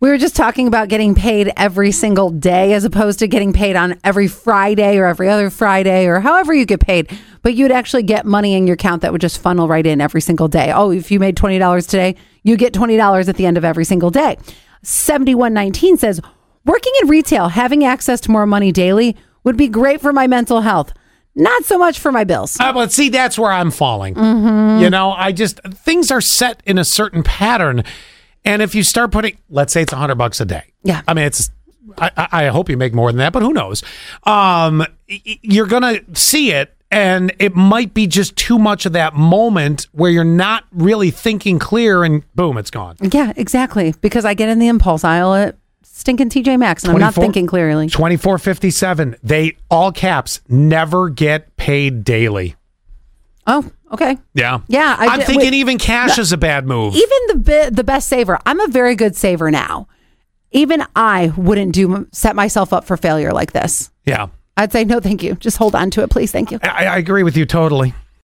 We were just talking about getting paid every single day as opposed to getting paid on every Friday or every other Friday or however you get paid. But you'd actually get money in your account that would just funnel right in every single day. Oh, if you made $20 today, you get $20 at the end of every single day. 7119 says, working in retail, having access to more money daily would be great for my mental health, not so much for my bills. Uh, but see, that's where I'm falling. Mm-hmm. You know, I just things are set in a certain pattern, and if you start putting, let's say it's a hundred bucks a day. Yeah. I mean it's. I, I I hope you make more than that, but who knows? Um, y- y- you're gonna see it, and it might be just too much of that moment where you're not really thinking clear, and boom, it's gone. Yeah, exactly. Because I get in the impulse aisle at stinking TJ Maxx and I'm not 24 thinking clearly. 2457. They all caps never get paid daily. Oh, okay. Yeah. Yeah, I I am did- thinking wait. even cash is a bad move. Even the bi- the best saver, I'm a very good saver now. Even I wouldn't do set myself up for failure like this. yeah. I'd say no, thank you. Just hold on to it, please. Thank you. I, I agree with you totally.